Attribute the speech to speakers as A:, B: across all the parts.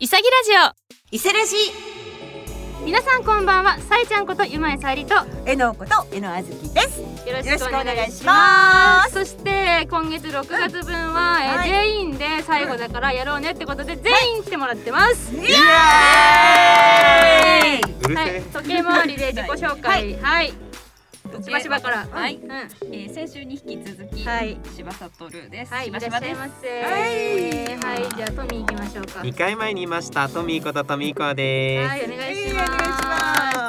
A: いさぎラジ
B: 伊勢レジ
A: オ皆さんこんばんはさえちゃんことゆまえさえりとよ
B: えのことえのあずきです。よ
A: ろ
B: ろしくお願いし
A: す
B: ます。
A: そして今月6月分は、えー
B: はい
A: 全員で最後だからやろうねってことで全員来てもらってます、
B: イエーイ。
C: うるせ
A: はい
C: え、
A: 時計回りで自己紹介はい、しばしばから
D: はい
A: うん、
D: えー、先週に引き続き、
A: はい
D: 柴里ルです。
A: はい、いら
D: 柴
A: っし
D: 柴
A: ゃい
D: です。
A: ませ。
B: はい
A: えーはい、じゃあトミー行きましょうか。は
C: 二
A: い、
C: 回前にいましたトミーことトミーコです、
A: お願いし
B: はいお願いし
A: ま
B: ま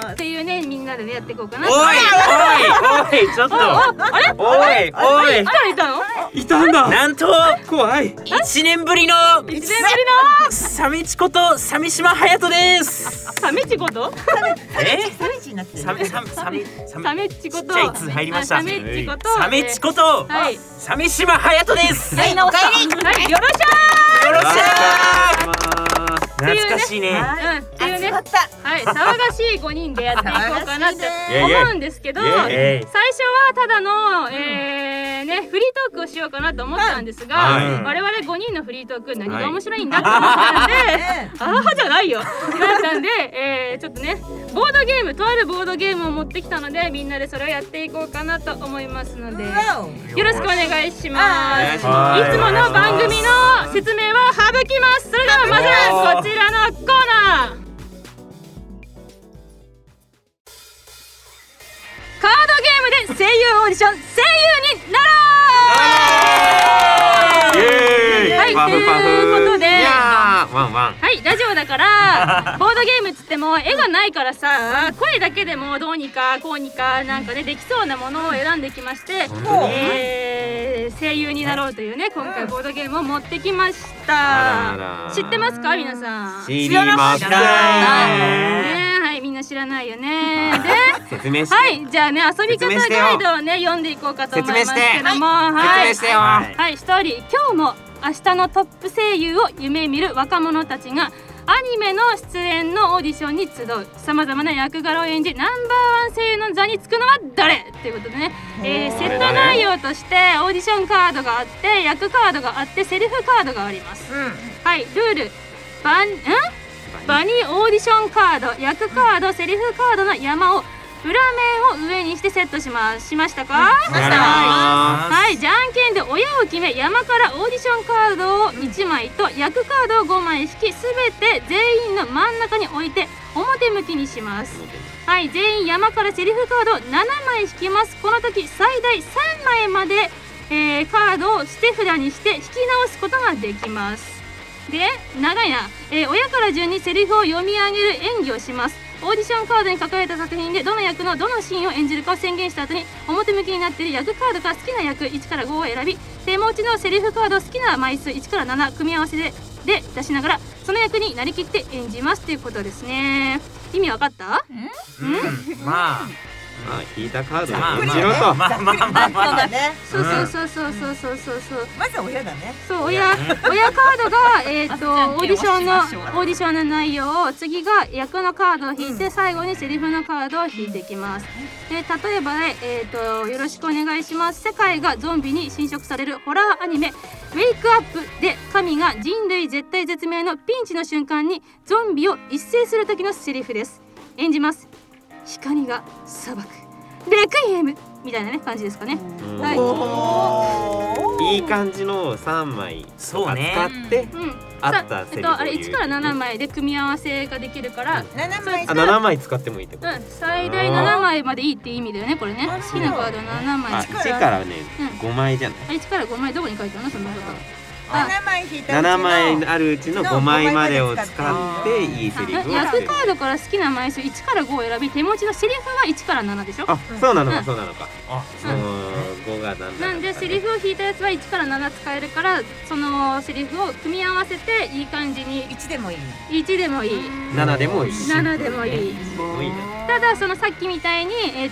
B: す
A: す。っていうね、みんなでねやっていこうかな。
C: おいおいおいちょっとおいおい
A: 誰いたの？
C: いたんだなんと怖い一年ぶりの
A: 一年ぶり
C: サミチことサミシマハヤトです
A: のサメチこと？
C: え
B: 寂しいなってる。
C: サミサミサミサ
A: サメチこと。
C: ちっちゃいつ入りました
A: あサメチこと。
C: サメチこと
A: はい。
C: サミシマハヤトですよ
B: はい、おかえり。
A: はい、よろし
C: ろしく懐かしいね
B: は
A: ゃー。うん、っていう
B: 集
A: ね
B: ま、った。
A: はい、騒がしい五人でやっていこうかなって思うんですけど、
C: イエ
A: 最
C: イイエイ
A: 初はただの、えーね、フリートークをしようかなと思ったんですが、
C: はい
A: 我々五人のフリートーク何が面白いんだって思ったん で、
B: ね
A: あはじゃないよ。なったんで、えー、ちょっとね、ボードゲーム、とあるボードゲームを持ってきたので、みんなでそれをやっていこうかなと思いますので、よ
B: わお
A: ろしくお願いします。いつも
C: はいお願いします
A: の番組の説明は省きます。それではまずはこちらのコーナー。カードゲームで声優オーディション、声優になろう
C: イエーイ
A: はい
C: パフパフ
A: ということで
C: いやーワンワン
A: はいラジオだから ボードゲームっつっても絵がないからさ声だけでもどうにかこうにかなんかねできそうなものを選んできまして、
C: 本当に
A: えー声優になろうというね今回ボードゲームを持ってきました、
C: あらあら
A: 知ってますか皆さん
C: 知りません
B: 知らな
A: ねはいみんな知らないよ ねで
C: 説明して、
A: はいじゃあね遊び方
C: 説明してよ
A: ガイドをね読んでいこうかと思いますけどもはい
C: 説明してよ、
A: はい、ストーリー今日も明日のトップ声優を夢見る若者たちがアニメの出演のオーディションに集うさまざまな役柄を演じナンバーワン声優の座につくのは誰ということでね、えーセット内容としてオーディションカードがあって役カードがあってセリフカードがあります。はい、ルールバンんバニーオーディションカード役カードセリフカードの山を裏面を上にしてセットしましましたか、
C: やらな
A: はい、じゃんけんで親を決め山からオーディションカードを1枚と役カードを5枚引きすべて全員の真ん中に置いて表向きにしますはい全員山からセリフカードを7枚引きますこの時最大3枚まで、えーカードを捨て札にして引き直すことができますで長いな、えー親から順にセリフを読み上げる演技をしますオーディションカードに書かれた作品でどの役のどのシーンを演じるかを宣言した後に表向きになっている役カードから好きな役1から5を選び手持ちのセリフカードを好きな枚数1から7組み合わせでで出しながらその役になりきって演じますということですね意味わかった
C: うんまあまあ引いたカード
E: まあ
C: をしろと、
E: まあまあま
B: あ
E: あ
B: そう
E: まあ
B: だね。
A: そうそうそうそうそうそうそうそう
B: まずは親だね。
A: そう親親 カードが、えー、と
D: あじゃんけん
A: オーディションのオ
D: をしましょう
A: ーディションの内容を次が役のカードを引いて、最後にセリフのカードを引いていきます。で例えばね、えーと「よろしくお願いします」世界がゾンビに侵食されるホラーアニメ「ウェイクアップ」で神が人類絶対絶命のピンチの瞬間にゾンビを一斉する時のセリフです。演じます光が砂漠レクイエムみたいな、ね、感じですかね。
C: うん
A: はい
C: いい感じの三枚と
E: そう
C: か
E: ね
C: 使って、
A: うん、
C: あ
A: さ
C: ったセ
A: えっ
C: リフを言う
A: と、あれ1から7枚で組み合わせができるから、
B: 七枚
C: あ七枚使ってもいいってこ
A: うん、最大7枚までいいって意味だよねこれね
B: あ
A: 好きなカード7
C: と、あ
A: 枚
C: 一からね
A: うん
C: 五枚じゃない
A: あ1から5枚どこに書いてあるのそのことあ
B: 七枚引いたうちの。
C: 七枚あるうちの五枚までを使
B: の
C: っていいセリフを
A: え
C: 言って
A: 役カードから好きな枚数1から5を選び手持ちのセリフは1から7でしょ
C: あそうなの
A: うん
C: かそうなのか、うん、五がなんだ
A: なんでセリフを引いたやつは1から7使えるからそのセリフを組み合わせていい感じに
B: 一でもいい。
A: 1でもいい
C: 七でもいい
A: 7でもいい
C: もういいな
A: ただそのさっきみたいに、えー、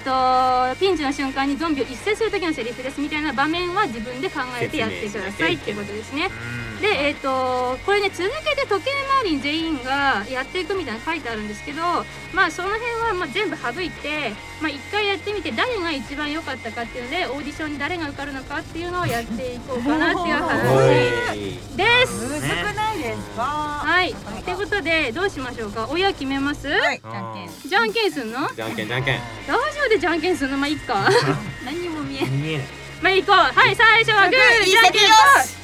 A: とピンチの瞬間にゾンビを一斉する時のセリフですみたいな場面は自分で考えてやってくださいっていうことですね。で、えー、とこれね続けて時計回りに全員がやっていくみたいなの書いてあるんですけどまあその辺はまあ全部省いて、まあ、1回やってみて誰が一番良かったかっていうのでオーディションに誰が受かるのかっていうのをやっていこうかなっていう話です。
F: むずくないですか。
A: はい、ってことでどうしましょうか親決めます、
F: はい。
G: じゃんけん
A: じゃんけんすんのラジ
H: じゃんけんじゃんけん
A: オでじゃんけんすんのまあい っか
G: 何にも見えない
H: 見えない
A: まあいこうはい最初はグー
F: いい
A: じゃんけん
F: 先よし。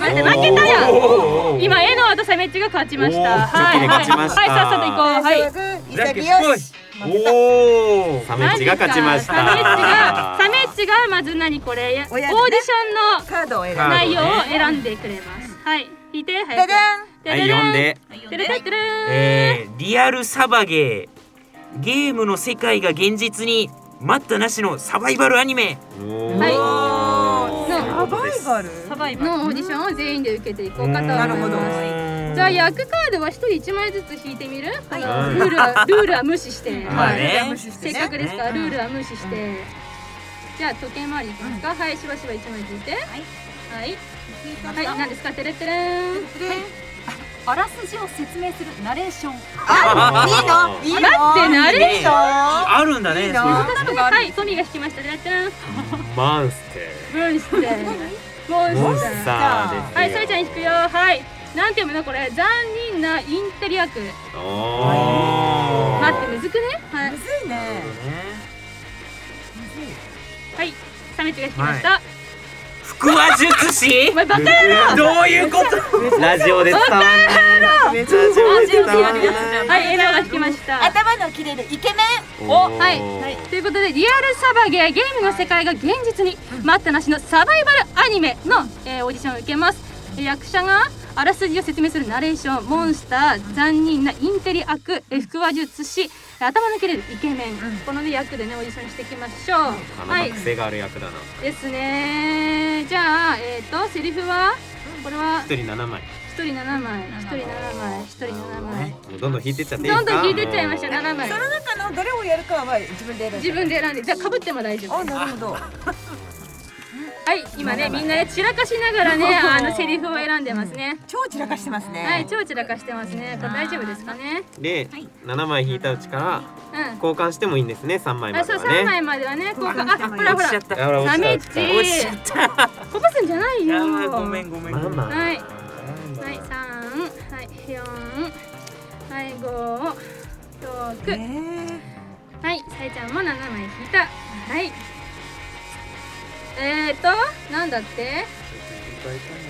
A: 待って負けたやん
H: ん
A: 今絵の渡さめっちが勝ちまし
H: おー
A: たはいはいは
H: 勝
A: い
H: ちました
A: さっさと行こうはい
F: 最初はグー。潔よし。負けた
H: おおサメッチが勝ちました
A: 何ですかサメッチがサメッチがまず何これ、オー
F: お
A: ディシ
F: やつ
A: ョ
F: ね
A: ンの
F: カードを選ぶ。
H: はい
A: 内容を選んでくれますはい引いてはい
F: ででん。
H: はい読んで
G: はい読
A: て
G: ん
A: る
G: で
A: てるてる
H: えー、リアルサバゲーゲームの世界が現実に待ったなしのサバイバルアニメ
A: はい
F: おー
A: の
F: サバイバル。
G: サバイバル
A: のオーディションを全員で受けていこうかと思い
F: なるほど
A: ますじゃあ
H: や
A: 役カードは一人一枚ずつ引いてみる、この
H: はい
A: ルールはルールは無視して、
H: まあね
F: ルールは無視し
A: せ
F: て
A: っ
F: ね
A: かくですから
H: うん
A: ルールは無視して、じゃあ時計回りいきますか、はいしばしば一枚引いてはいはい、
F: は
A: 何ですかてれてれん
G: あらすじを説明するナレーション
F: あ、いいの。いいの。
A: だってなれ
F: いいの。
H: あるんだ
F: いい
H: ね
F: な
H: そういう
F: 難
A: はいトミーが引きましたてれてれん
H: マンス
A: ブンしてモ
H: ター
A: ン
H: モン
A: ス
H: ス
A: ター
H: ターですよ
A: はいさえちゃん引くよはいなんて読むのこれ残忍なインテリア区
H: おー
A: 待ってむずくねはい
F: むずいね。
A: はいサメッチが引きました、
H: 腹話術師
A: お前バカや
H: どういうことラジオで伝わんない
F: めっちゃ
H: ラジ
G: ラ
H: オで伝
G: ジオで
H: わ
G: や
H: ん
G: る
H: ない
G: やつじゃん
A: はいエナが引きました
F: 頭の切れるイケメ
A: おはい、ということでリアルサバゲーゲームの世界が現実に待ったなしのサバイバルアニメの、えーオーディションを受けますえー役者があらすじを説明するナレーションモンスター残忍なインテリ悪えー腹話術師頭の切れるイケメン、この、ね、役でねオーディションしていきましょう、は
H: 鼻
A: い
H: の癖がある役だな
A: ですねじゃあえっ、とセリフはこれは
H: 一人7枚
A: 1人7枚1人7枚1人7枚
H: もうどんどん引いてっちゃっていい
A: ど
H: か
A: んどん引いてっちゃいました7枚
F: ン。その中のどれをやるかは自分で選ぶ。
A: 自分で選んでじゃあかぶっても大丈夫
F: あ、なるほど。
A: はい、今ね、みんなね散らかしながらね、あのセリフを選んでますね。
F: 超散らかしてますね。
A: はい、超散らかしてますね。これ大丈夫ですかね。
H: で7枚引いたうちから
A: う
H: 交換してもいいんですね3枚
A: ん。
H: ま
A: あ、
H: で
A: そう、
H: は
A: 三
H: ね
A: 枚まではね、こうか、あ、ほらほら、こ
H: あら落
A: ダメ
H: ち
A: ージ
H: た落ち
A: ぼすんじゃないよ。
C: やばいご
A: は
C: め
A: い、
C: んごめん
H: た
C: ご
H: マ
C: めん
H: マ
A: はい、三、はい、四、はい、五、
F: え
A: 六、
F: ー
A: はい、さえちゃんも七枚引いた。はい。えーと、なんだって。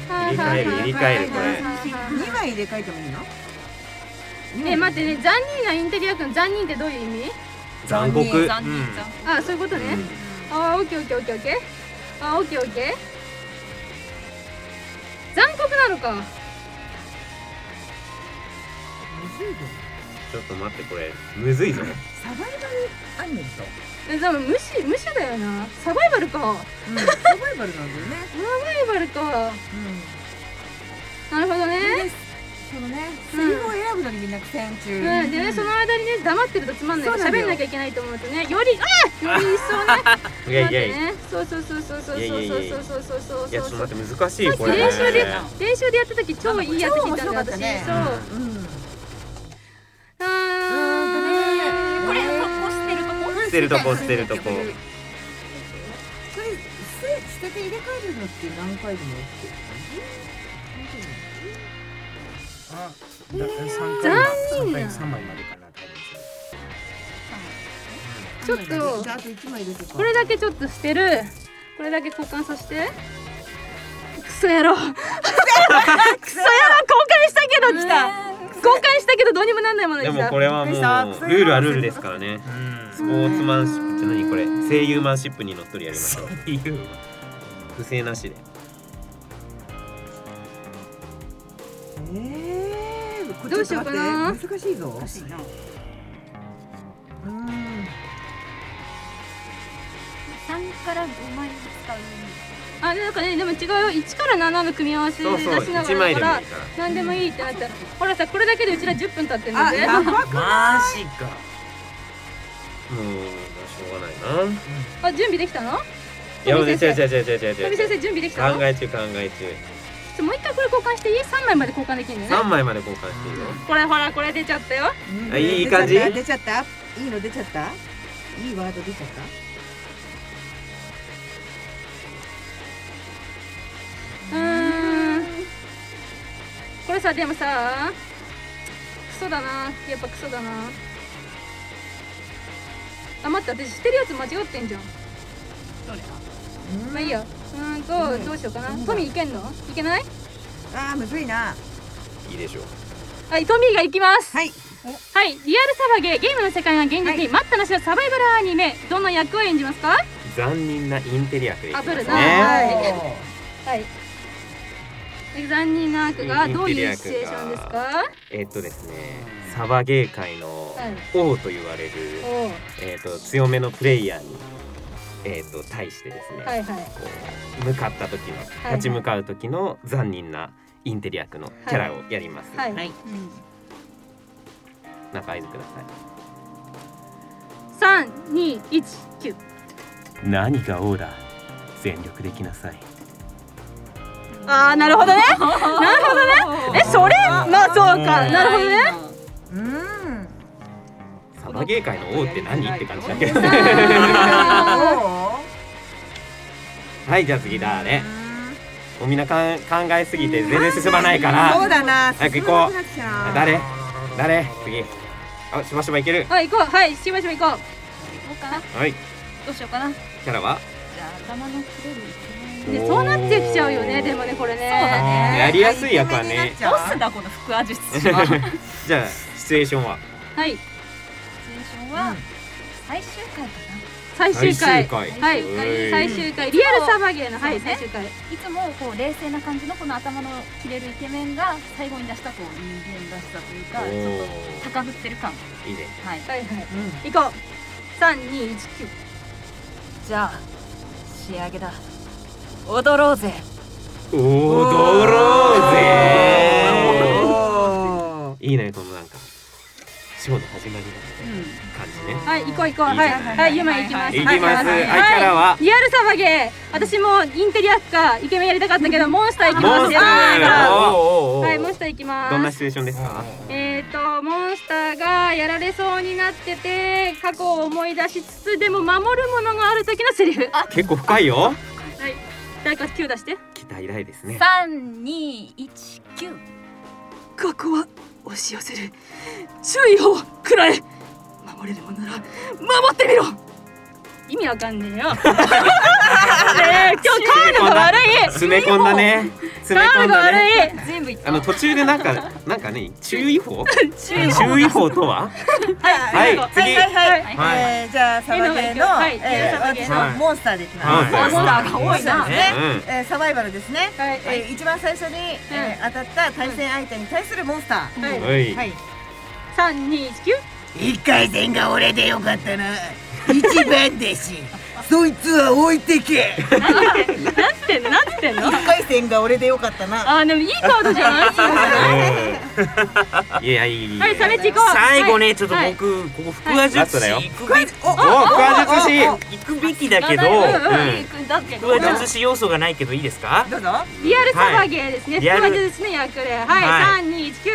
A: はいはいはいはい
H: 入れ替える入れ替えるこれ
F: 二枚入れ替えてもいいの？
A: え、待ってね、残忍なインテリア君、残忍ってどういう意味。
H: 残酷
G: 残忍
H: うん
G: 残酷
A: あ、そういうことね。あー、オッケー、オッケー、オッケー、オッケー。あー、オッケー、オッケー。残酷なのか。
H: ちょっと待ってこれむずいぞ
F: サバイバルアニメでしょ。
A: え、でも、無視、無視だよな。サバイバルか。
F: うん、サバイバルなんだよね。
A: サバイバルか。
F: う
A: なるほど
F: ん。
A: ね。
F: で、そのね、セリフを選ぶのにみんな苦戦中。
A: うん、でね、その間にね、黙ってるとつまんないから。
F: そうな
A: 喋
F: んだよ
A: んなきゃいけないと思うとね、より、あー、より一層ね。
H: いやい
A: 待っ
H: や
A: て
H: いや
A: ね。そうそうそうそうそうそうそうそうそうそう
H: いやちょっ
A: そうそ
H: と
A: う。
H: 待って難しいこれね
A: 練習で、練習でやった時、超いいやつ聞いたんだよ、
F: 超面白かった
A: 私。
F: ね
A: そう。
F: うん。
A: あー
G: これこう捨てるとこ
H: 捨てるとこ捨てるとこ
F: それ捨て捨てて入れ替えるのって何回でもやってる
C: あだ3
A: 残忍な
C: 回3回3枚までかな多分
A: ちょっと
F: じゃああと一枚入れて
A: これだけちょっと捨てるこれだけ交換させてクソ野郎クソ野郎交換したけど来た交換したけどどうにもなんないもので
H: で
A: し
H: も
A: た
H: これはもうルールはルールですからねスポーツマンシップって何これ声優マンシップにのっとりやりましょう
C: うんいう
H: 不正なしで
F: えー、これ
A: どうしようかな
F: ちょっと待って難しいぞ
G: 欲しいな
F: うん
G: 三から五枚使う
A: あなんかねでも違うよ1から7の組み合わせ
H: そう
A: 出し
H: そう
A: なが
H: 1
A: ら
H: 枚
A: だ
H: で
A: か
H: も
A: ら
H: いいから
A: 何でもいいってなったほらさこれだけでうちら10分経ってるんだ
F: あ
A: ぜ
F: やばく
C: マジか
H: うーんしょうがないな
A: あ準備できたの
H: いや
A: 富
H: 違う
A: 先生
H: 違う違う違う違う
A: 富先生準備できたの
H: 考え中考え中
A: ちょもう一回これ交換していい3枚まで交換できるんだ
H: 3
A: ね
H: 枚まで交換していいよ
A: これほらこれ出ちゃったよ
H: あいい感じ
B: 出ちゃった出ちゃったいいの出ちゃったいいワード出ちゃった
A: うーんこれさでもさクソだなやっぱクソだなあ待って私してるやつ間違ってんじゃんまあいいやうーんとどうしようかなトミーいけんのいけない
B: あーむずいな。
H: いいでしょう
A: はいトミーがいきます
B: はい。
A: はい、リアルサバゲーゲームの世界が現実に待ったなしのサバイバルアニメどの役を演じますか
H: 残忍なインテリアクでいきま
A: あ
H: す
A: ぶるな、
H: ね
A: はいはい残忍な悪がどういうシチュエーションですか
H: えっとですねサバゲー界の王と言われる、
A: おう
H: えっと強めのプレイヤーにえっと対してですね、
A: はいはい
H: こう向かった時の立ち向かう時の残忍なインテリアクのキャラをやります、
A: はい、
H: なんか合図くださ
A: 三二一九。
H: い何が王だ全力できなさい
A: ああ、なるほどね。なるほどね。え、それ、まあ、そうか、なるほど ね。
B: うーん。
H: サバゲー界の王って何って感じだけど
B: お
H: はいじゃあ次だね
B: ー
H: もうみんなかん考えすぎて全然進まないから
B: そうだな。
H: 早く行こう
B: 進まなくなっちゃう
H: 誰誰次あしばしばいける
A: はい、行こう、はい、しましょう、行こ
D: こうかな
H: はい
D: どうしようかなじ
H: キャラは
D: ゃあ頭の切れる
A: う。で、そうなってきちゃうよね、でもね、これね。
B: ね
H: やりやすい役はね
B: イケメンになっち
D: ど
B: ゃう
D: うすんだこの腹話術はシチュエーシ
H: じゃあシチュエーションは
A: はい、
D: ョンは最終回かな
A: 最終回。
H: 最終回
A: はい
H: うん、
A: 最終回、リアルサバゲーの、はい、
D: そうね
A: 最終回。
D: いつもこう冷静な感じのこの頭の切れるイケメンが最後に出したこう人間らしさというか
H: お
D: ちょっと
H: ー
D: 高ぶってる感
H: いいね
D: はい
A: はい、はい、行こう。三二一九。
D: じゃあ仕上げだ踊ろうぜ
H: 踊ろうぜ
B: おー
H: いいねこのなんかショーの始まりな感じね
A: はい、行こう、行こう、
H: いい
A: はい、
H: じゃない
A: はい、ゆま行きます。
H: いきますはいキャラは
A: リアルサバゲー、私もインテリアかイケメンやりたかったけど、モンスター行き
H: モ
A: ま
H: ンス
A: す
H: タ
A: よ。
H: ーおーおーおー
A: はい、モンスター行きます。
H: どんなシチュエーションですか
A: えー、とモンスターがやられそうになってて過去を思い出しつつでも守るものがある時のセリフは
H: 結構深いよ
A: い誰か急出して
H: 期待大ですね
D: 三二一九
A: 過去は押し寄せる注意をくらえ守れるものなら守ってみろ意味わかん ねえよねえ今日カードが悪い
H: 詰め込んだね詰め
A: カ
H: 込
A: ー
H: ん
A: ドが
H: だ
A: 悪
H: ね
A: い
D: 全部いった
H: あの途中でなんかなんかね注意 報
D: 注
H: 注意報とははい
A: はい
H: 次
A: はいはい
B: は
A: はいい
H: はい
B: えーじゃあサバゲーの、
A: はい
B: えー
A: サバゲー
B: 私
A: の
B: のモンスターでいきま
H: はい
B: す。
H: モンスタ
D: ーが多いな
B: モンスターですね。
H: ね
B: えーサバイバルですね。
A: はい
B: えー一番最初に、えー当たった対戦相手に対するモンスター。
A: はい
H: はい
B: はい。
A: 三二一九。
B: 一回戦が俺でよかったな。一番弟 子。そいつは置いてけ。
A: なってんのなってん の
B: 一回戦が俺でよかったな。
A: あーでもいいカードじゃないいい カードじゃない
H: うんいやいいいい
A: はいサメチ行こう
C: 最後ねちょっと
A: はい
C: 僕ここ腹話術師行くべき
H: お腹話術師
C: 行くべきだけど
D: 意だけど
C: 腹話術師要素がないけどいいですか
B: どうぞ。
A: リアルサバゲーですね。
C: リア
A: サ
C: ル
A: バゲーですね、役で。は、
C: はい
A: 三二一九。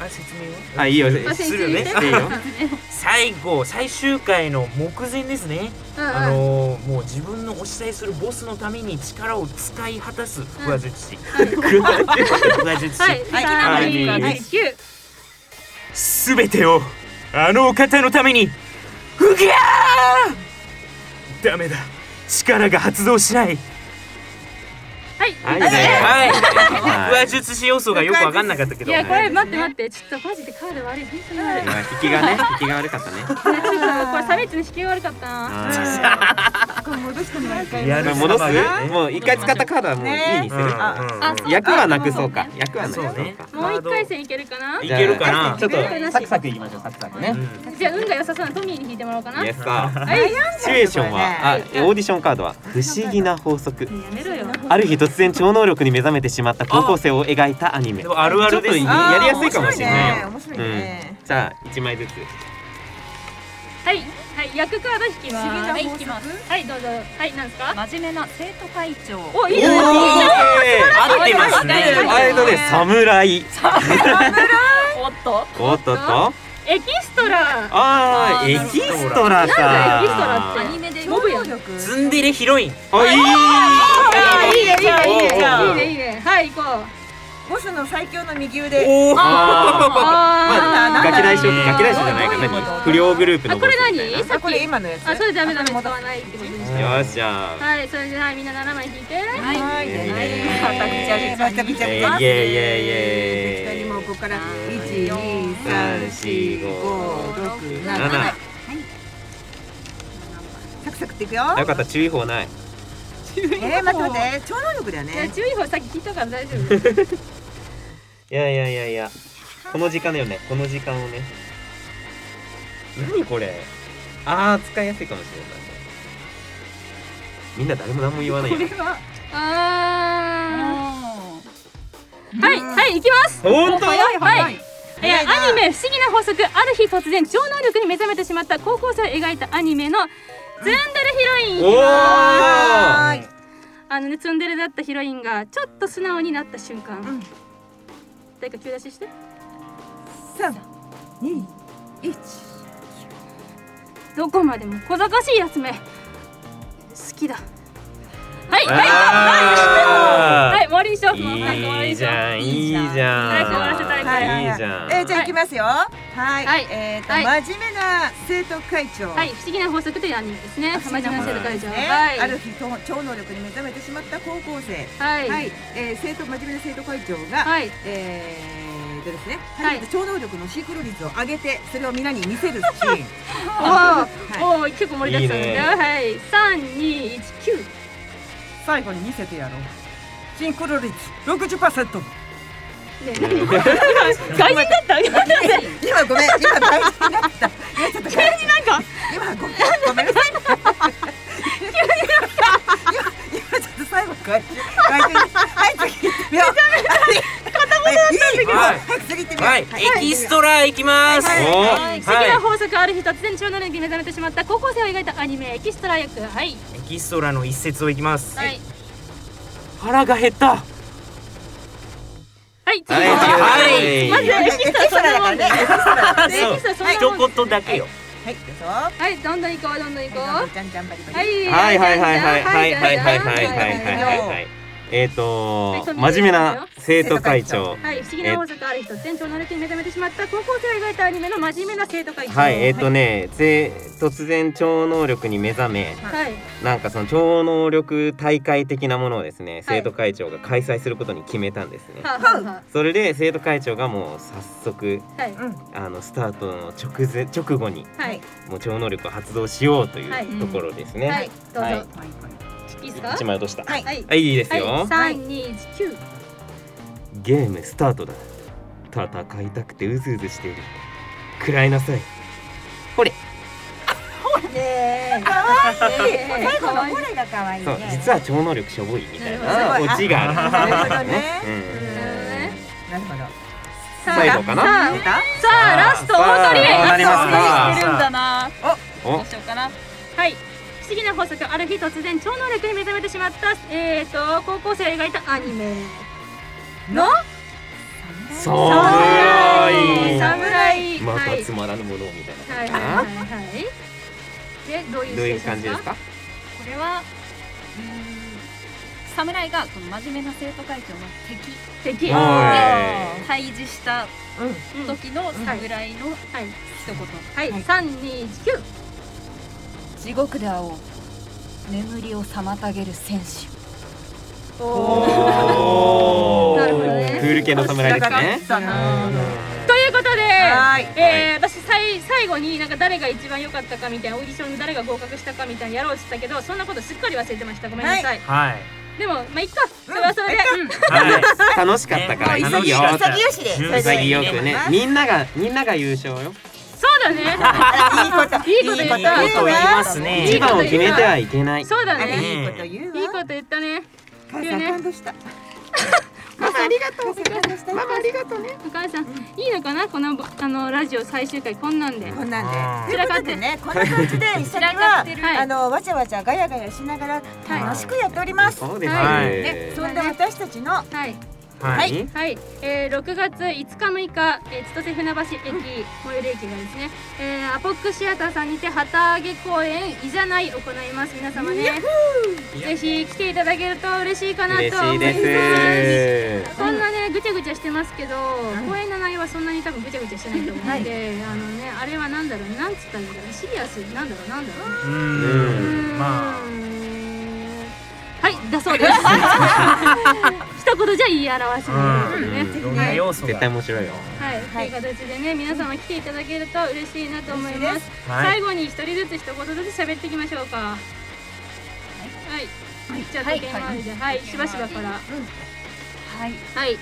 C: あ説明を
H: あいいよ
A: あ先
C: す
A: 生
C: るね
A: ね
H: いいよ
C: 最後最終回の目前ですねあ
A: うんうん
C: のーもう自分のお慕いするボスのために力を使い果たす腹話術師腹話術師
A: はい、
B: はい
A: 三
C: はい
A: 二一九。
C: すべてをあのお方のためにふぎゃーダメだ力が発動しない
A: はい。
H: はい
A: あ
C: はい
H: はい
C: 腹話術師要素がよく分かんなかったけ
A: い
C: ど
A: や、これ、待って、待って、ちょっと、マジでカード悪い、本当に悪い。
H: まあ引きがね引きが悪かったね
A: ねちょっと、これ、サメッチの引きが悪かったな。
B: これ戻してもらいたい
C: リア
H: こ
C: ル
H: れ戻
C: サバゲー
H: す
C: ね
H: もう一回使ったカードはもういいにす
C: う
H: る
C: んうんうん
H: あ
D: あそう
H: 役はなくそうか役はなく
C: そうね
H: か
A: もう一回戦いけるかな。
C: いけるかな
H: じゃあち
A: これ
H: ょ
A: なし
H: っとサクサクいきましょうサクサクね
A: じゃあ、運が良さそうなトミーに引いてもらおうかな。
H: イ
A: は
H: エ
A: い。
H: スか
A: や
H: シチュエーションはあオーディションカードは不思議な法則
A: めろよ。
H: ある日突然超能力に目覚めてしまった高校生を描いたアニメ
C: でもあるあるですね
H: ちょっとやりやすいかもしれないよ
B: 面白いね。面白いね。
H: じゃあ一枚ずつ
A: はい、はい、役カード引きます。
D: 不思議な法則
A: はい、どうぞ。はい、なんですか。
D: 真面目な生徒会長
A: お、いい
H: お
A: じ
H: ー
A: ゃないですか。
H: 合ってますねあえとね侍
D: おっと
H: おっとっと
A: エキストラ。
H: あーエキスト
A: な
H: ラ
A: んだエキスト
H: か
A: ラって。
D: メで
A: ボブやん
D: 力
I: ツンデレヒロイン
H: あいい
A: あいいね、いいね、いいね、いい
H: じゃん
A: ね、いいね。はい、行こう。
F: ボスの最強の右腕
I: おお
H: あ
A: あ
H: ー
A: ー
H: ガキ大将
I: ね
H: ガキ大将じゃないか何不良グループの
A: あ、これ何
H: ボスみたい？な
A: さっ
F: あこれ
A: き。
F: 今のやつ
A: あ、それダメダメ、
F: あこれ
A: 使
F: 戻
A: わないってことですね。
H: よしじゃあ
A: はい、それじゃあみんな7枚引いて。
F: はいはい
H: ね
F: はいまたぐちゃぐちゃ二
H: イエイイエイイエイ
F: 人もここから一二
H: 三
F: 三四
H: 四五
F: 五六
H: 七
F: 七サクサクっていくよ
H: よかった注意報ない
F: えー、待って待って超能力だよ
A: いや
F: ね
A: 注意報さっき聞いたから大丈夫。
H: いやいやいやいやこの時間だよねこの時間をね何これあー使いやすいかもしれないみんな誰も何も言わないや
A: あ
D: あ
A: ーはい、はい、行きます。
H: 本当
A: 早い
F: 早い
A: えーアニメ「不思議な法則」ある日突然超能力に目覚めてしまった高校生を描いたアニメの「ツンデレヒロイン」いき
H: お
A: ます
H: ー
A: あのねツンデレだったヒロインがちょっと素直になった瞬間、
F: ん
A: 誰か急出しして
F: 三二一
A: どこまでも小賢しいやつめ好きだはいはい
H: あー
A: はい終わりにしよう終わり
H: い
A: に
H: い
A: し
H: じ
A: よう
H: ゃんいいじゃん
A: 早く終わらせたい
F: はいはい
H: い
F: はい
H: じゃん
F: えー、じゃあ行きますよはい、
A: はい
F: えーと、
A: はい
F: 真面目な生徒会長
A: はい不思議な法則というアニメですね浜島生徒会長
F: ね、
A: はい
F: ある日と超能力に目覚めてしまった高校生
A: はい
F: はい、えー、生徒真面目な生徒会長が、
A: はい
F: えーとですね、
A: はい
F: 初めて超能力のシークロ率を上げてそれを皆に見せるシーン
A: おーおー結構盛りだくさんですね
H: いいね
A: はい三二一九
F: 最後に見せてやろうシンクロ率60%
A: ね、 外人だった。
F: 今ごめん今大事になった今ちょっと急になんか今ごめんごめんなさい急になんか今今ちょっと最後回転回転はい次行ってみようはい片言だったんだけど早く次行ってみよう
I: はいエキストラ行きます
H: おー
F: はい
A: 不思議な
H: は
A: 法則ある日突然超能力に目覚めてしまった高校生を描いたアニメエキストラ役はい
I: エキストラの一節を行きます
A: はい
I: 腹が減った
A: はい次
H: い
I: はい
A: まずエキストラそんなもんでエキ
I: そう
A: ストラそんなもんで
I: 一言だけよ
F: はいどうぞは
A: はいどんどん行こうどんどん行こ
F: い
A: うん
F: じゃんバリバ
A: は
F: リ
A: い
H: はいはいはいはいはいはいはいはいはいはいはいはいはいえっ、ー、と真面目な生徒会長
A: はい不思議な法則ある日突然超能力に目覚めてしまった高校生を描いたアニメの真面目な生徒会長
H: はいえっ、ー、とねぜ突然超能力に目覚め
A: はい
H: なんかその超能力大会的なものをですね生徒会長が開催することに決めたんですね、
A: はあはあは
H: それで生徒会長がもう早速
A: あはい
H: あのスタートの直前直後に
A: はい
H: もう超能力を発動しようとい
A: はいう
H: ところですね。
A: はいどうぞ
H: はい
A: いいですか
H: 一枚落とした。
F: はい
A: はい
H: はい、いいですよ。
A: はい三二一九
H: ゲームスタートだ。戦いたくてうずうずしている。食らいなさい。ほれ。
F: 最後のこれが可愛い
H: そう、
F: ね
H: 実は超能力しょぼいみた
F: な
H: いな
F: るほど
H: オチがあるんですね
F: なるほどね
H: うん
F: なるほど
H: 最後かな。
F: 出た
A: さあラスト大鳥
H: さあなります
D: あしてるん
H: か。
D: だなど
H: お
D: う、しようかな
A: はい不思議な法則ある日突然超能力に目覚めてしまったえーと高校生を描いたアニメの
H: そう。
A: 侍
H: ま
A: は
H: た
A: い
H: つまらぬものみたいな
A: はいはい
H: 感じかな。
A: はいはいでどういう
H: どういう
A: シチュエー
H: 感
A: ション
H: じですか。
D: これはうーん侍がこの真面目な生徒会長の敵
A: 敵
H: お
A: はい
D: 対峙した
A: うん
D: 時の侍の
A: い
D: 一言
A: はい三二一九
D: 地獄で会おう眠りを妨げる戦士
H: お
A: なるほどね
H: ークール系の侍ですね。
F: な
A: ということで
F: はい
A: えー私最最後になんか誰が一番良かったかみたいなオーディションで誰が合格したかみたいなやろうって言ったけどそんなことすっかり忘れてましたごめんなさい
I: はい
A: でもまあいっかそれはそれでうん
I: はい
H: 楽しかったからいいよ。
I: 潔
H: 潔
F: しで
H: よくね。みんながみんなが優勝
A: そう
H: よ。
A: だね
F: いいこと
A: いいこと
I: いい
A: 言
I: こ
A: っ
I: と
A: た
I: 言います
A: い
H: 一
I: ね
A: いこと
H: 番を
A: 言う
H: 決めてはいけない。
A: そうだね
F: いいこと言うわ
A: いいこと言ったね。
F: 母さん感動した
A: 母さん
F: ありがとう。ママありがとうね。
A: お母さん、いいのかなこのあのラジオ最終回こんなんで。
F: こんなん
I: あー
F: で。ということでね、こんな感じで一緒には
A: るはい
F: あのわちゃわちゃガヤガヤしながら楽しくやっております。
H: そうです
I: はい
H: ね
F: ね、そんな私たちの
A: はい、
I: はい
A: はい、えー、6月5日6日、えー、千歳船橋駅、最寄り駅がですね、えー、アポックシアターさんにて旗揚げ公演いざない行います皆様ねぜひ来ていただけると嬉しいかなと
H: 嬉
A: 思
H: し
A: い
H: い
A: ます
H: です
A: そんなねぐちゃぐちゃしてますけど、公演の内容はそんなに多分ぐちゃぐちゃしてないと思うんで、あのねあれはなんだろうなんつったらいいんだろうシリアスなんだろうなんだろ
I: う
A: うう
I: ーん
A: ーん
I: まあ
A: はいだそうです一言じゃ言い表せないということでね、
I: いろんな要素
H: 絶対
I: が
H: 面白いよ
A: はい、
F: はい
A: という形でね皆様来ていただけると嬉しいなと思います
F: 嬉しい
I: はい
A: 最後に一人ずつ一言ずつ喋っていきましょうかはい、じゃあ
D: はい
A: 時計回りではい、しばしばから
D: はい
A: はい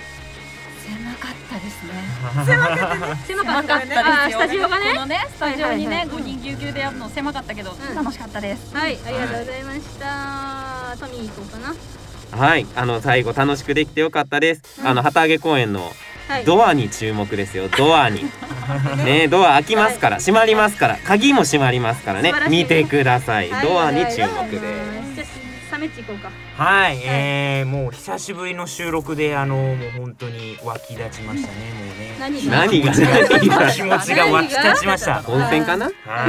D: 狭かったですね
A: 狭か
D: 狭
A: った
D: かったですよ
A: あースタジオが
D: こ
A: ね
D: のねスタジオに
A: はいはい
D: ね
A: はい
D: 五人ぎゅうぎゅうでやるの狭かったけど
A: ん
D: 楽しかったです
A: はいありがとうございましたトミー行こうかな
H: はいあの最後楽しくできてよかったです、
A: うん
H: あの旗揚げ公園の
A: はい
H: ドアに注目ですよドアにねドア開きますから閉まりますから鍵も閉まりますからね
A: 素晴らしいね
H: 見てください、
A: はい
H: ドアに注
A: ありが
H: 目
A: とうござい
H: です
A: ますじゃあサメッチ行こうか
I: はいえーもう久しぶりの収録であのもう本当に湧き立ちましたねもうね
A: 何
H: 何が
I: 気
H: 何が
I: 持ちが湧き立ちました。
H: 温泉かな
A: はいは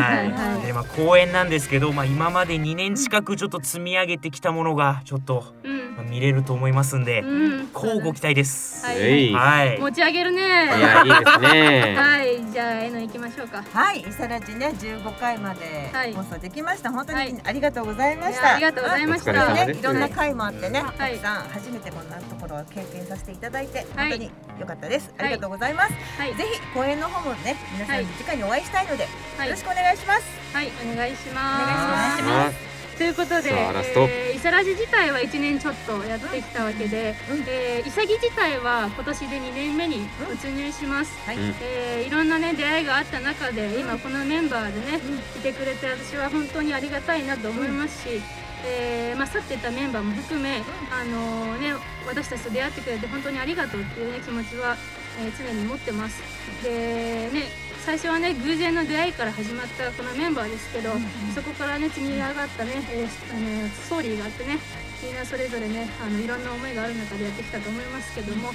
I: はいい。でまあ公演なんですけど、まあ今まで2年近くちょっと積み上げてきたものがちょっと
A: うん
I: まあ見れると思いますんで、
A: うん
I: こうご期待です。
A: はい
H: えいい
I: はい。
A: 持ち上げるね
H: やいいですね
A: はいじゃあえの行きましょうか
F: はい、イサラジね15回まで
A: はい
F: 放送できました。本当
A: はい
F: にありがとうございまし
A: いや
F: た。
A: ありがとうございました
H: お疲れ様
F: ね
H: です
F: いろんな回もあってね、
A: い
F: たくさん初めてこんなところを経験させていただいて、
A: はい
F: 本当に良かったです。ありがとうございます。
A: はい
F: ぜひ公演の方もね、皆さ
A: はい
F: ん次回にお会いしたいので、
A: はい
F: よろしくお願いします。
A: はいお願いします
F: お願いしま
H: あ
A: ということで、
H: さあラスト
A: えー、イサラジ自体は1年ちょっとやってきたわけで、
F: うんうん
A: えーイサギ自体は今年で2年目に突入します、
F: はい
H: うん
A: えーいろんなね出会いがあった中で今このメンバーでね、いてくれて私は本当にありがたいなと思いますし、えーまあ、去っていったメンバーも含め、あのーね、私たちと出会ってくれて本当にありがとうっていう、ね、気持ちは、えー常に持ってます。でね最初はね偶然の出会いから始まったこのメンバーですけど、そこからね積み上がったね、えーあのーストーリーがあってねみんなそれぞれねあのいろんな思いがある中でやってきたと思いますけども、
H: うん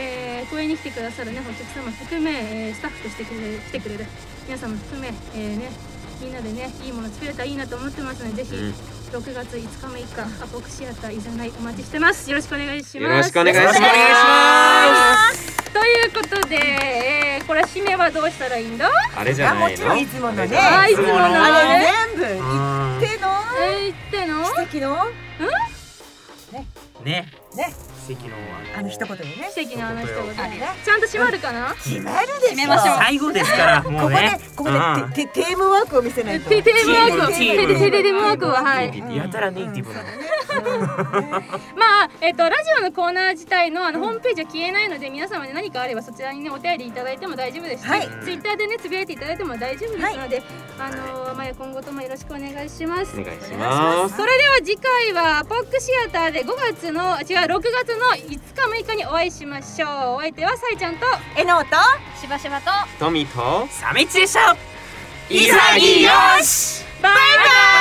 A: えー、公演に来てくださる、ね、お客様含め、えースタッフとしてくれ来てくれる皆様含め、えーね、みんなでねいいもの作れたらいいなと思ってますのでぜひ、
H: うん
A: 6月5日6日アポクシアターいざないお待ちしてますよろしくお願いします
H: よろしくお願いし
I: よろ
H: ま
I: しく
H: す
I: お願いします。
A: ということで、えーこれ締めはどうしたらいいんだ
H: あれじゃ
F: あ、
H: な
F: も
H: い
F: ち
H: の
F: ろんいつものね、
A: あいつもの
F: あれ
A: ね
F: 全部言っての、
A: えー、言っての
F: 奇跡の
I: ね。
F: ね、
I: 席の
F: あの一言でね、
A: 奇跡のあの人
F: あれね
A: がちゃんと締まるかな、
F: 決まるでしょ。
I: 最後ですからもう
F: ここで
I: ね。
F: ここでテテテームワークを見せないと。
A: テテームワークを
I: チーム
A: テテテテームワークを
I: う
A: はい
I: んやたらネイティブな。
A: まあ、えっとラジオのコーナー自体のあのホームページは消えないので皆様ね何かあればそちらにねお便りいただいても大丈夫ですし、
F: はい
A: ツイッターでねつぶやいていただいても大丈夫ですので、あのーまあ今後ともよろしくお願いします。
H: お願いします
A: それでは次回はポックシアターで5月の違う6月の5日6日にお会いしましょう。お相手はさいちゃんと
F: えのと。
D: しばしばと
H: トミと
I: サメチでした。
H: 潔
I: よし。
A: バイバイ。